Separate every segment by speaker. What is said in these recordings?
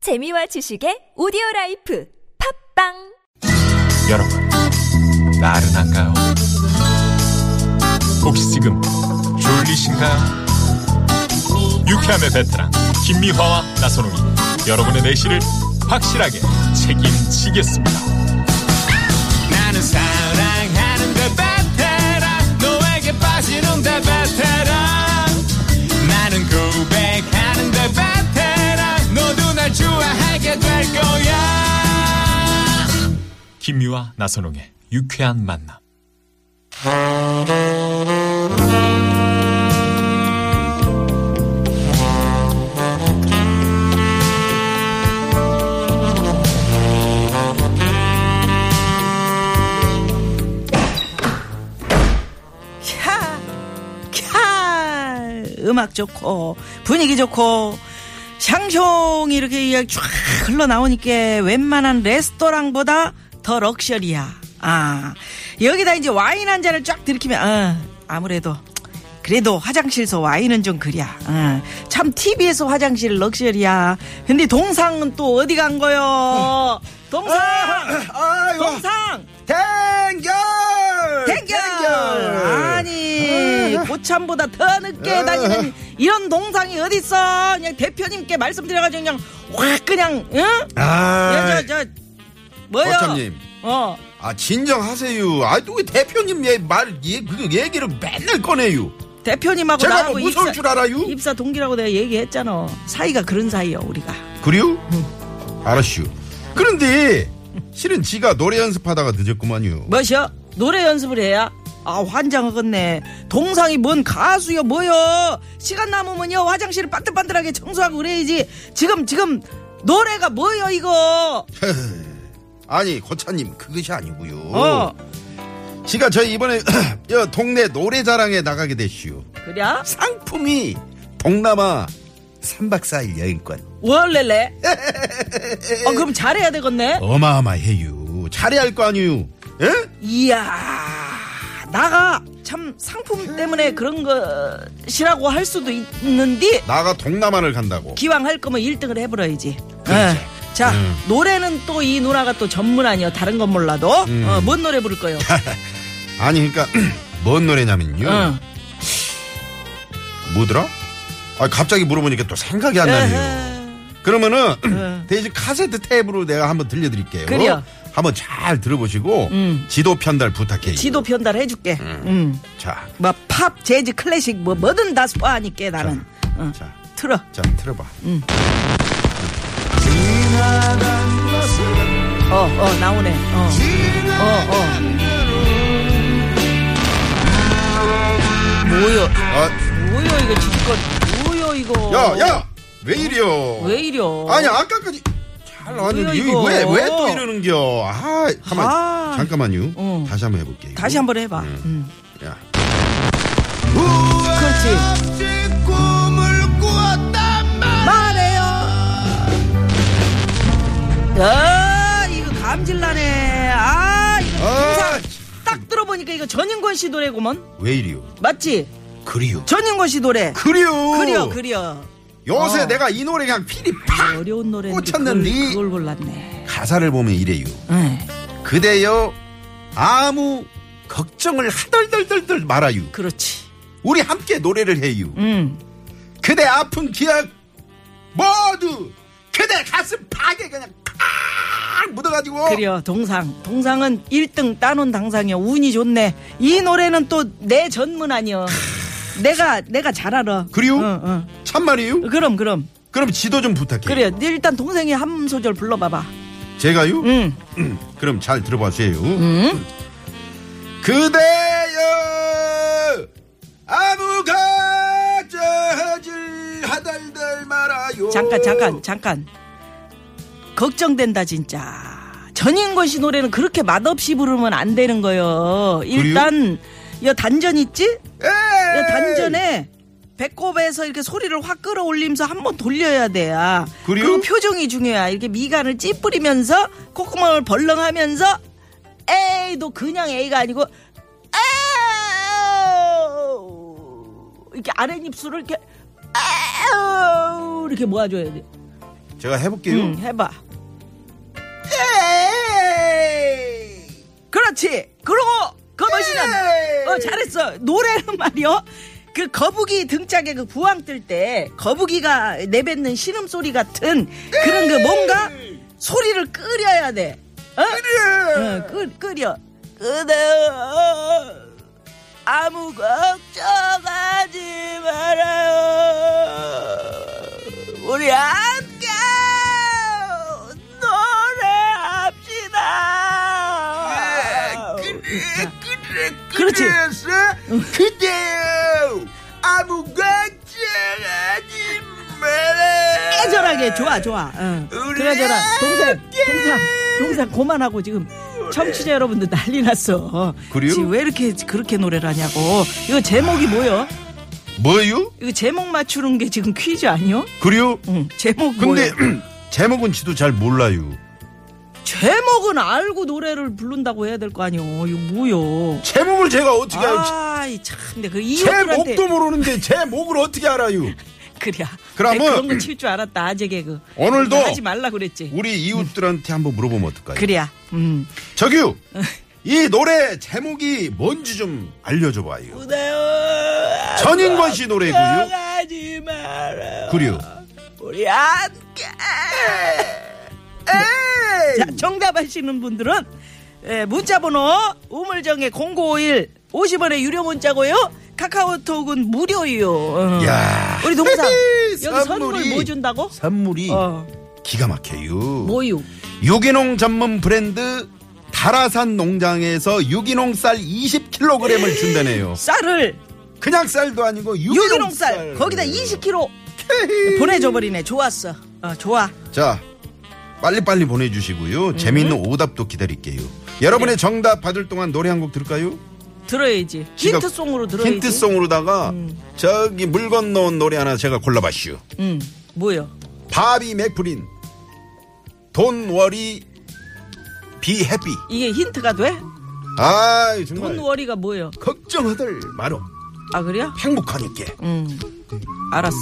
Speaker 1: 재미와 지식의 오디오 라이프 팝빵
Speaker 2: 여러분, 나른한가요? 혹시 지금 졸리신가요? 유쾌함의 베테랑 김미화와 나선홍이 여러분의 내실을 확실하게 책임지겠습니다.
Speaker 3: 나는 사랑하는데 베테랑 너에게 빠지는데 베테랑 나는 고백하는데 베테랑 너도 날 좋아하게 될 거야
Speaker 2: 김미화 나선홍의 유쾌한 만남.
Speaker 4: 캬, 캬. 음악 좋고 분위기 좋고 샹숑 이렇게 이야기 쫙 흘러나오니까 웬만한 레스토랑보다 더 럭셔리야. 아 여기다 이제 와인 한 잔을 쫙 들이키면 아, 아무래도 그래도 화장실에서 와인은 좀 그랴. 아, 참 TV에서 화장실 럭셔리야. 근데 동상은 또 어디 간 거요? 동상,
Speaker 2: 어,
Speaker 5: 아이고
Speaker 4: 동상.
Speaker 5: 땡겨
Speaker 4: 댕겨! 아니 고참보다 더
Speaker 5: 어.
Speaker 4: 늦게 다니는 이런 동상이 어딨어 그냥 대표님께 말씀드려가지고 그냥 확 그냥 응?
Speaker 5: 아,
Speaker 4: 저저 뭐요?
Speaker 5: 고참님.
Speaker 4: 어
Speaker 5: 아 진정하세요 아또왜 대표님 얘말얘그 얘기를 맨날 꺼내요
Speaker 4: 대표님하고
Speaker 5: 제가
Speaker 4: 나하고
Speaker 5: 뭐 무서울
Speaker 4: 입사,
Speaker 5: 줄 알아요
Speaker 4: 입사 동기라고 내가 얘기했잖아 사이가 그런 사이여 우리가
Speaker 5: 그래요 알았슈 그런데 실은 지가 노래 연습하다가 늦었구만요
Speaker 4: 뭐셔? 노래 연습을 해야? 아 환장하겠네 동상이 뭔 가수여 뭐여 시간 남으면요 화장실을 반들반들하게 청소하고 그래야지 지금 지금 노래가 뭐여 이거
Speaker 5: 아니 고차님 그것이 아니고요
Speaker 4: 어
Speaker 5: 지가 저희 이번에 여 동네 노래자랑에 나가게 됐슈
Speaker 4: 그래?
Speaker 5: 상품이 동남아 3박 4일 여행권
Speaker 4: 월레레 어 그럼 잘해야 되겠네
Speaker 5: 어. 어마어마해요 잘해야 할 거 아니요 예? 에?
Speaker 4: 이야 나가 참
Speaker 5: 음.
Speaker 4: 상품 때문에 그런 것이라고 할 수도 있는데
Speaker 5: 나가 동남아를 간다고.
Speaker 4: 기왕 할 거면 1등을 해버려야지.
Speaker 5: 그렇지. 음.
Speaker 4: 예. 자 노래는 또 이 누나가 또 전문 아니여 다른 건 몰라도
Speaker 5: 음.
Speaker 4: 어, 뭔 노래 부를 거요?
Speaker 5: 아니 그러니까 뭔 노래냐면요.
Speaker 4: 응.
Speaker 5: 뭐더라? 아 갑자기 물어보니까 또 생각이 안 나네요. 그러면은 대신 카세트 테이프로 내가 한번
Speaker 4: 네.
Speaker 5: 들려드릴게요.
Speaker 4: 그래요. 음.
Speaker 5: 한번 잘 들어보시고 지도 편달 부탁해요.
Speaker 4: 지도 편달해 줄게.
Speaker 5: 음. 자,
Speaker 4: 뭐 팝 재즈 클래식 뭐 뭐든 다 소화하니까 나는 어,
Speaker 5: 자,
Speaker 4: 틀어.
Speaker 5: 자 틀어봐.
Speaker 4: 음. 어, 어, 나오네. 어. 어, 어. 뭐야,
Speaker 5: 아,
Speaker 4: 뭐야, 이거 지금 뭐야, 이거.
Speaker 5: 야, 야, 왜 이래요?
Speaker 4: 왜 이려?
Speaker 5: 아니 아까까지 잘 나왔는데
Speaker 4: 뭐야, 이거?
Speaker 5: 왜왜 또 이러는겨? 아, 가만
Speaker 4: 아.
Speaker 5: 잠깐만요.
Speaker 4: 어.
Speaker 5: 다시 한번 해볼게요.
Speaker 4: 다시 한번 해봐. 음.
Speaker 5: 야.
Speaker 4: 그렇지.
Speaker 3: 꿈을 꾸었단 말
Speaker 4: 말해요. 야, 이거 감질나네. 아, 이거
Speaker 5: 아,
Speaker 4: 딱 들어보니까 이거 전인권 씨 노래구먼.
Speaker 5: 왜 이래요?
Speaker 4: 맞지?
Speaker 5: 그리요.
Speaker 4: 전인권 씨 노래.
Speaker 5: 그리요.
Speaker 4: 그려, 그려.
Speaker 5: 요새
Speaker 4: 어.
Speaker 5: 내가 이 노래 그냥 필이 팍
Speaker 4: 어려운 노래인데 그걸,
Speaker 5: 꽂혔는데 이
Speaker 4: 그걸 골랐네. 네.
Speaker 5: 가사를 보면 이래요.
Speaker 4: 응.
Speaker 5: 그대여 아무 걱정을 하덜덜덜덜 말아요.
Speaker 4: 그렇지. 음.
Speaker 5: 우리 함께 노래를 해요.
Speaker 4: 응.
Speaker 5: 그대 아픈 기억 모두 그대 가슴 파괴 그냥 팍 묻어가지고
Speaker 4: 그려 동상 동상은 1등 따놓은 당상이요 운이 좋네 이 노래는 또 내 전문 아니여 내가 내가 잘 알아
Speaker 5: 그리요?
Speaker 4: 응, 응.
Speaker 5: 참말이에요?
Speaker 4: 그럼 그럼
Speaker 5: 그럼 지도 좀 부탁해요.
Speaker 4: 그래 네, 일단 동생이 한 소절 불러봐봐
Speaker 5: 제가요?
Speaker 4: 응
Speaker 5: 그럼 잘 들어봐주세요.
Speaker 4: 음?
Speaker 5: 그대여 아무 가져질 하달달 말아요.
Speaker 4: 잠깐 잠깐 잠깐 걱정된다 진짜 전인권 씨 노래는 그렇게 맛없이 부르면 안 되는 거요 일단 여 단전 있지
Speaker 5: 에이!
Speaker 4: 야, 단전에 배꼽에서 이렇게 소리를 확 끌어올리면서 한 번 돌려야 돼야.
Speaker 5: 그리요?
Speaker 4: 그리고 표정이 중요해. 이렇게 미간을 찌푸리면서 콧구멍을 벌렁하면서 에이도 그냥 에이가 아니고 에이 이렇게 아랫입술을 이렇게 에이 이렇게 모아줘야 돼.
Speaker 5: 제가 해볼게요.
Speaker 4: 응, 해봐. 에이! 그렇지. 그러고
Speaker 5: 예!
Speaker 4: 겉옷이는 어 잘했어. 노래는 말이요. 그 거북이 등짝에 그 부황 뜰 때 거북이가 내뱉는 신음 소리 같은 그런 그 뭔가
Speaker 5: 예!
Speaker 4: 소리를 끓여야 돼. 어? 끓여. 어, 끓 끓여. 그대여 아무 걱정하지 말아요. 우리 함께 노래합시다. 그렇지.
Speaker 3: 그래서 그대요 아무 걱정하지 말아요
Speaker 4: 깨절하게 좋아 좋아. 응. 그래 저라 동생 동생 동생 고만하고 지금 청취자 여러분들 난리 났어. 어.
Speaker 5: 그래요?
Speaker 4: 지금 왜 이렇게 그렇게 노래를 하냐고. 이거 제목이 뭐요?
Speaker 5: 뭐요?
Speaker 4: 이거 제목 맞추는 게 지금 퀴즈 아니요?
Speaker 5: 그래요?
Speaker 4: 응. 제목 음. 뭐요?
Speaker 5: 근데 제목은 지도 잘 몰라요.
Speaker 4: 제목은 알고 노래를 부른다고 해야 될 거 아니요. 이거 뭐요?
Speaker 5: 제목을 제가 어떻게 알아요?
Speaker 4: 아이 참, 근데 그 이웃들한테
Speaker 5: 제목도 모르는데 제목을 어떻게 알아요?
Speaker 4: 그래.
Speaker 5: 그러면-
Speaker 4: 내가 그런 거 칠 줄 알았다 아재 개그.
Speaker 5: 오늘도
Speaker 4: 하지 말라 그랬지.
Speaker 5: 우리 이웃들한테 한번 물어보면 어떨까요?
Speaker 4: 그래야. 음.
Speaker 5: 저기요. 이 노래 제목이 뭔지 좀 알려줘 봐요. 전인권 씨 노래고요.
Speaker 4: 하지 마라.
Speaker 5: 그래요.
Speaker 4: 우리 함께.
Speaker 5: 네.
Speaker 4: 자, 정답 하시는 분들은 예, 문자번호 우물정의 0951 50원의 유료 문자고요. 카카오톡은 무료요. 어.
Speaker 5: 야.
Speaker 4: 우리 동상 여기 선물
Speaker 5: 선물이.
Speaker 4: 뭐 준다고?
Speaker 5: 선물이
Speaker 4: 어,
Speaker 5: 기가 막혀요.
Speaker 4: 뭐요?
Speaker 5: 유기농 전문 브랜드 다라산 농장에서 유기농 쌀 20kg을 준다네요.
Speaker 4: 쌀을
Speaker 5: 그냥 쌀도 아니고 유기농,
Speaker 4: 유기농 쌀,
Speaker 5: 쌀. 음.
Speaker 4: 거기다 20kg 보내줘 버리네. 좋았어. 어, 좋아.
Speaker 5: 자, 빨리빨리 보내주시고요.
Speaker 4: 음.
Speaker 5: 재미있는 오답도 기다릴게요.
Speaker 4: 네.
Speaker 5: 여러분의 정답 받을 동안 노래 한 곡 들을까요?
Speaker 4: 들어야지.
Speaker 5: 지가-
Speaker 4: 힌트송으로 들어야지. 음.
Speaker 5: 힌트송으로다가 저기 물 건너온 노래 하나 제가 골라봤슈.
Speaker 4: 응. 뭐요?
Speaker 5: 바비 맥프린 돈 워리 비 해피.
Speaker 4: 이게 힌트가 돼?
Speaker 5: 아
Speaker 4: 돈
Speaker 5: 정말
Speaker 4: 월이가 뭐요?
Speaker 5: 걱정하들 마로
Speaker 4: 아 그래요?
Speaker 5: 행복하니까.
Speaker 4: 음. 알았어.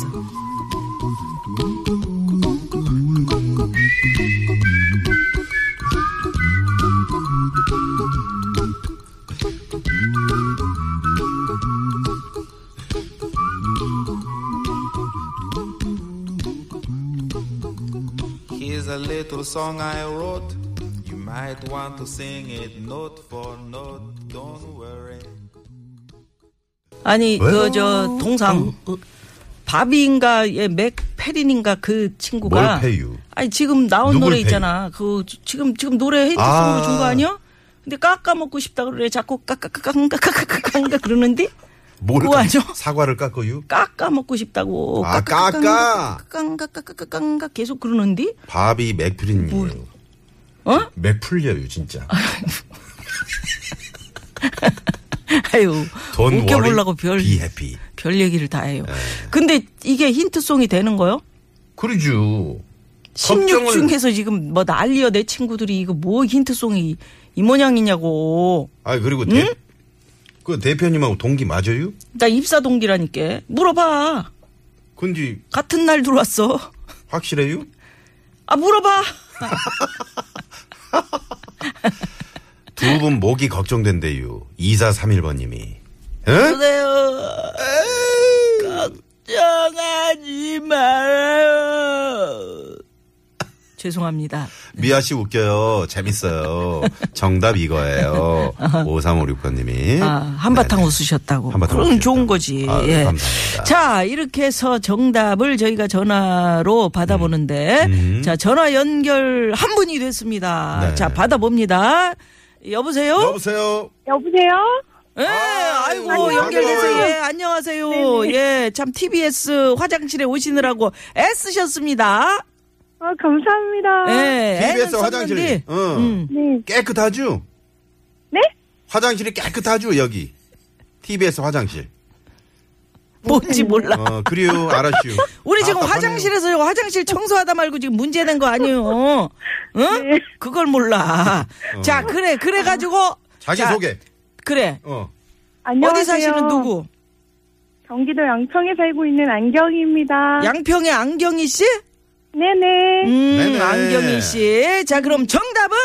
Speaker 6: Here's a little song I wrote. You might want to sing it note for note. Don't worry.
Speaker 4: 아니 그 저 동상
Speaker 5: 어,
Speaker 4: 바비인가의 예, 맥페린인가 그 친구가
Speaker 5: 뭘 패유?
Speaker 4: 아니 지금 나온
Speaker 5: 누굴
Speaker 4: 노래
Speaker 5: 패유?
Speaker 4: 있잖아. 그 지금 지금 노래 헤이트송으로
Speaker 5: 아.
Speaker 4: 준 거 아니야? 근데 깎아 먹고 싶다 그래 자꾸 깎깎깎깎깎깎깎 그러는데
Speaker 5: 뭘
Speaker 4: 우와,
Speaker 5: 깎-
Speaker 4: 저-
Speaker 5: 사과를 깎아요?
Speaker 4: 깎아 먹고 싶다고
Speaker 5: 아, 깎아.
Speaker 4: 깎깎깎깎깎깎 계속 그러는데
Speaker 5: 바비 맥프린이에요.
Speaker 4: 어?
Speaker 5: 맥풀려요 진짜.
Speaker 4: 아유
Speaker 5: 돈
Speaker 4: 웃겨보려고
Speaker 5: 워리 비
Speaker 4: 별별
Speaker 5: 해피.
Speaker 4: 얘기를 다 해요.
Speaker 5: 네.
Speaker 4: 근데 이게 힌트송이 되는 거요?
Speaker 5: 그러죠.
Speaker 4: 16
Speaker 5: 걱정을-
Speaker 4: 중에서 지금 뭐 난리여 내 친구들이 이거 뭐 힌트송이 이 모양이냐고.
Speaker 5: 아 그리고 대, 그 대표님하고 동기 맞아요?
Speaker 4: 나 입사 동기라니까. 물어봐.
Speaker 5: 근데
Speaker 4: 같은 날 들어왔어.
Speaker 5: 확실해요?
Speaker 4: 아 물어봐.
Speaker 5: 두 분 목이 걱정된대요. 2431번님이.
Speaker 4: 그래요. 걱정하지 말아요. 죄송합니다.
Speaker 5: 미아 씨 웃겨요. 재밌어요. 정답 이거예요. 5356번님이.
Speaker 4: 어. 아, 한바탕 웃으셨다고.
Speaker 5: 한바탕
Speaker 4: 그럼
Speaker 5: 웃으셨다고.
Speaker 4: 좋은 거지.
Speaker 5: 아유, 네,
Speaker 4: 예.
Speaker 5: 감사합니다.
Speaker 4: 자, 이렇게 해서 정답을 저희가 전화로 받아보는데, 자, 전화 연결 한 분이 됐습니다.
Speaker 5: 음. 네.
Speaker 4: 자, 받아봅니다. 여보세요?
Speaker 5: 여보세요?
Speaker 7: 여보세요?
Speaker 4: 예, 아이고,
Speaker 5: 아이고,
Speaker 4: 연결돼서,
Speaker 5: 반가워요.
Speaker 4: 예, 안녕하세요. 예, 참, TBS 화장실에 오시느라고 애쓰셨습니다.
Speaker 7: 아, 감사합니다.
Speaker 4: 예, 애는
Speaker 5: TBS 어.
Speaker 4: 썼는데, 음,
Speaker 5: 화장실. 응.
Speaker 7: 네.
Speaker 5: 깨끗하죠?
Speaker 7: 네?
Speaker 5: 화장실이 깨끗하죠, 여기. TBS 화장실.
Speaker 4: 뭔지 몰라.
Speaker 5: 어, 그래요, 알았슈.
Speaker 4: 우리 지금
Speaker 5: 아,
Speaker 4: 화장실에서 이거 화장실 청소하다 말고 지금 문제 낸 거 아니에요? 어? 응?
Speaker 7: 네.
Speaker 4: 그걸 몰라. 자, 그래, 그래가지고.
Speaker 5: 어. 자기
Speaker 4: 자,
Speaker 5: 소개.
Speaker 4: 그래.
Speaker 5: 어.
Speaker 7: 안녕하세요.
Speaker 4: 어디 사시는 누구?
Speaker 7: 경기도 양평에 살고 있는 안경입니다.
Speaker 4: 양평의 안경희 씨?
Speaker 7: 네네.
Speaker 4: 음,
Speaker 5: 네네.
Speaker 4: 안경일 씨. 자, 그럼 정답은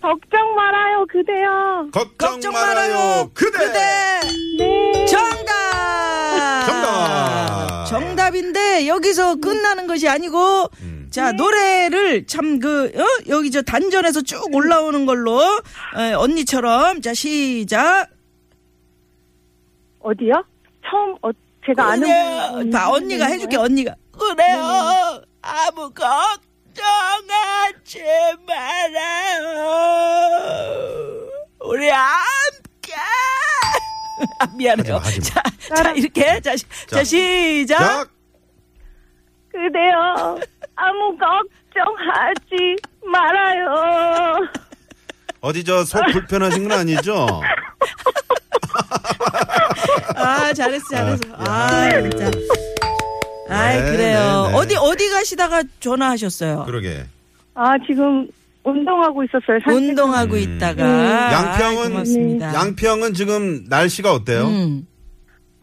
Speaker 7: 걱정 말아요, 그대요.
Speaker 5: 걱정,
Speaker 4: 걱정
Speaker 5: 말아요.
Speaker 4: 말아요.
Speaker 5: 그대.
Speaker 7: 네.
Speaker 4: 정답.
Speaker 5: 정답.
Speaker 4: 정답인데 여기서 끝나는 것이 아니고
Speaker 5: 음.
Speaker 4: 자 노래를 참 그 여기 저 단전에서 쭉 올라오는 걸로 에, 언니처럼 자 시작
Speaker 7: 어디요? 처음, 어, 제가 아는
Speaker 4: 그래요.
Speaker 7: 분이
Speaker 4: 봐, 언니가 해줄게 언니가 그래요 아무 걱정하지 말아요 우리 함께 아, 미안해요
Speaker 5: 하지 마, 하지
Speaker 4: 자, 자 이렇게 자, 시- 자, 시작
Speaker 5: 자,
Speaker 7: 그대요. 아무 걱정하지 말아요.
Speaker 5: 어디 저 속 불편하신 건 아니죠?
Speaker 4: 아 잘했어 잘했어 아 진짜 아이
Speaker 5: 네,
Speaker 4: 그래요
Speaker 5: 네, 네.
Speaker 4: 어디 어디 가시다가 전화하셨어요
Speaker 5: 그러게.
Speaker 7: 아, 지금 운동하고 있었어요. 산책.
Speaker 4: 운동하고 있다가
Speaker 5: 음.
Speaker 7: 음.
Speaker 5: 양평은-
Speaker 4: 아이, 고맙습니다
Speaker 5: 양평은 지금 날씨가 어때요?
Speaker 4: 음.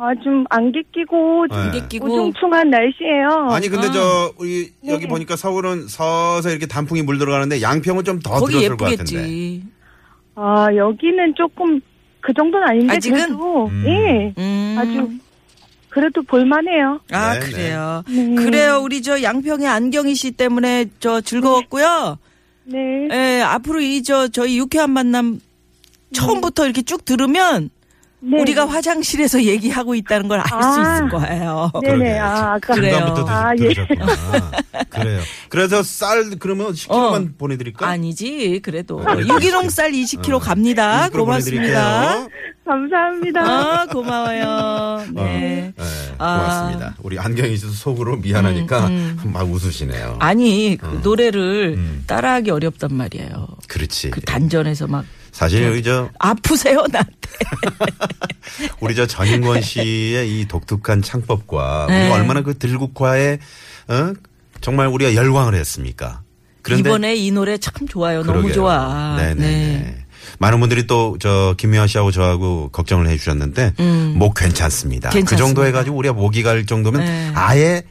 Speaker 7: 아, 좀 안개 끼고, 어, 좀
Speaker 5: 네.
Speaker 4: 끼고
Speaker 7: 우중충한 날씨예요.
Speaker 5: 아니 근데
Speaker 4: 아.
Speaker 5: 저 우리 여기 보니까 서울은 서서 이렇게 단풍이 물들어가는데 양평은 좀 더
Speaker 4: 거기
Speaker 5: 들었을 것 같은데.
Speaker 4: 예쁘겠지
Speaker 7: 아, 여기는 조금 그 정도는 아닌데
Speaker 4: 아직은?
Speaker 7: 그래도
Speaker 2: 음.
Speaker 7: 예.
Speaker 4: 음.
Speaker 7: 아주 그래도 볼만해요.
Speaker 4: 아
Speaker 5: 네, 네.
Speaker 4: 그래요 그래요 우리 저 양평의 안경이 씨 때문에 저 즐거웠고요
Speaker 7: 네.
Speaker 4: 예 앞으로 이 저 저희 유쾌한 만남 처음부터 이렇게 쭉 들으면
Speaker 7: 네.
Speaker 4: 우리가 화장실에서 얘기하고 있다는 걸 알 수
Speaker 7: 아.
Speaker 4: 있을 거예요
Speaker 7: 네네.
Speaker 5: 그러게요.
Speaker 7: 아, 아까
Speaker 4: 그래요.
Speaker 5: 중간부터 들-
Speaker 7: 아, 예.
Speaker 5: 들으셨구나. 그래요. 그래서 쌀 그러면 10kg만 보내드릴까?
Speaker 4: 어. 아니지 그래도
Speaker 5: 어,
Speaker 4: 유기농 쌀 20kg 갑니다. 고맙습니다.
Speaker 5: 20kg 어. 음, 보내드릴게요.
Speaker 7: 감사합니다.
Speaker 4: 아 고마워요. 네.
Speaker 5: 네,
Speaker 4: 아. 음,
Speaker 5: 고맙습니다. 우리 안경이 있어서 속으로 미안하니까 막 웃으시네요.
Speaker 4: 아니 그
Speaker 5: 음.
Speaker 4: 노래를 따라하기 어렵단 말이에요.
Speaker 5: 그렇지.
Speaker 4: 그 단전에서 막
Speaker 5: 사실 여기 저
Speaker 4: 아프세요 나한테.
Speaker 5: 우리 저 전인권 씨의 이 독특한 창법과
Speaker 4: 네.
Speaker 5: 우리가 얼마나 그 들국화에 어? 정말 우리가 열광을 했습니까?
Speaker 4: 이번에 이 노래 참 좋아요. 어, 너무
Speaker 5: 그러게요.
Speaker 4: 좋아.
Speaker 5: 네네네.
Speaker 4: 네.
Speaker 5: 많은 분들이 또 저 김미화 씨하고 저하고 걱정을 해주셨는데 목 괜찮습니다. 그
Speaker 4: 음. 괜찮습니다.
Speaker 5: 정도 해가지고 우리가 목이 갈 정도면
Speaker 4: 네.
Speaker 5: 아예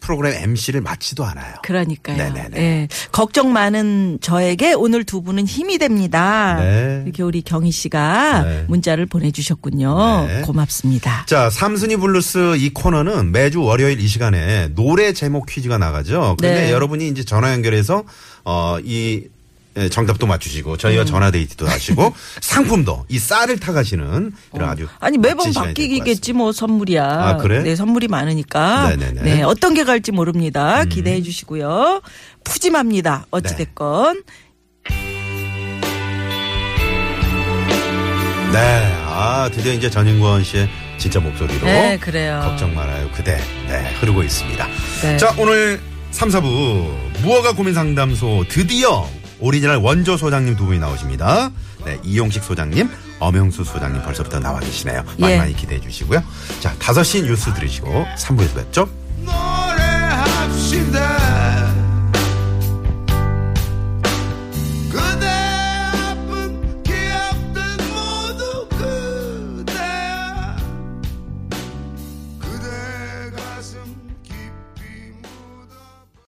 Speaker 5: 프로그램 MC를 마치도 않아요.
Speaker 4: 그러니까요.
Speaker 5: 네네네.
Speaker 4: 예. 걱정 많은 저에게 오늘 두 분은 힘이 됩니다.
Speaker 5: 네.
Speaker 4: 이렇게 우리 경희 씨가
Speaker 5: 네.
Speaker 4: 문자를 보내주셨군요.
Speaker 5: 네.
Speaker 4: 고맙습니다.
Speaker 5: 자, 삼순이 블루스 이 코너는 매주 월요일 이 시간에 노래 제목 퀴즈가 나가죠. 근데
Speaker 4: 네.
Speaker 5: 여러분이 이제 전화 연결해서 어 이 예, 정답도 맞추시고 저희와
Speaker 4: 음.
Speaker 5: 전화 데이트도 하시고 상품도 이 쌀을 타가시는 이런 아주
Speaker 4: 어. 아니 매번
Speaker 5: 멋진 시간이 될것
Speaker 4: 바뀌겠지 뭐 선물이야.
Speaker 5: 아, 그래?
Speaker 4: 네 선물이 많으니까.
Speaker 5: 네네네. 음.
Speaker 4: 네 어떤 게 갈지 모릅니다. 기대해 주시고요. 푸짐합니다. 어찌 됐건
Speaker 5: 같습니다. 네, 아 드디어 이제 전인권 씨의 진짜 목소리로
Speaker 4: 네, 그래요.
Speaker 5: 걱정 말아요 그대 네 흐르고 있습니다.
Speaker 4: 네.
Speaker 5: 자 오늘 3, 4부 무허가 고민 상담소 드디어 오리지널 원조 소장님 두 분이 나오십니다. 네, 이용식 소장님, 엄영수 소장님 벌써부터 나와 계시네요. 많이
Speaker 4: 예.
Speaker 5: 많이 기대해 주시고요. 자, 5시 뉴스 들으시고 3부에서 뵙죠.
Speaker 6: 노래합시다 그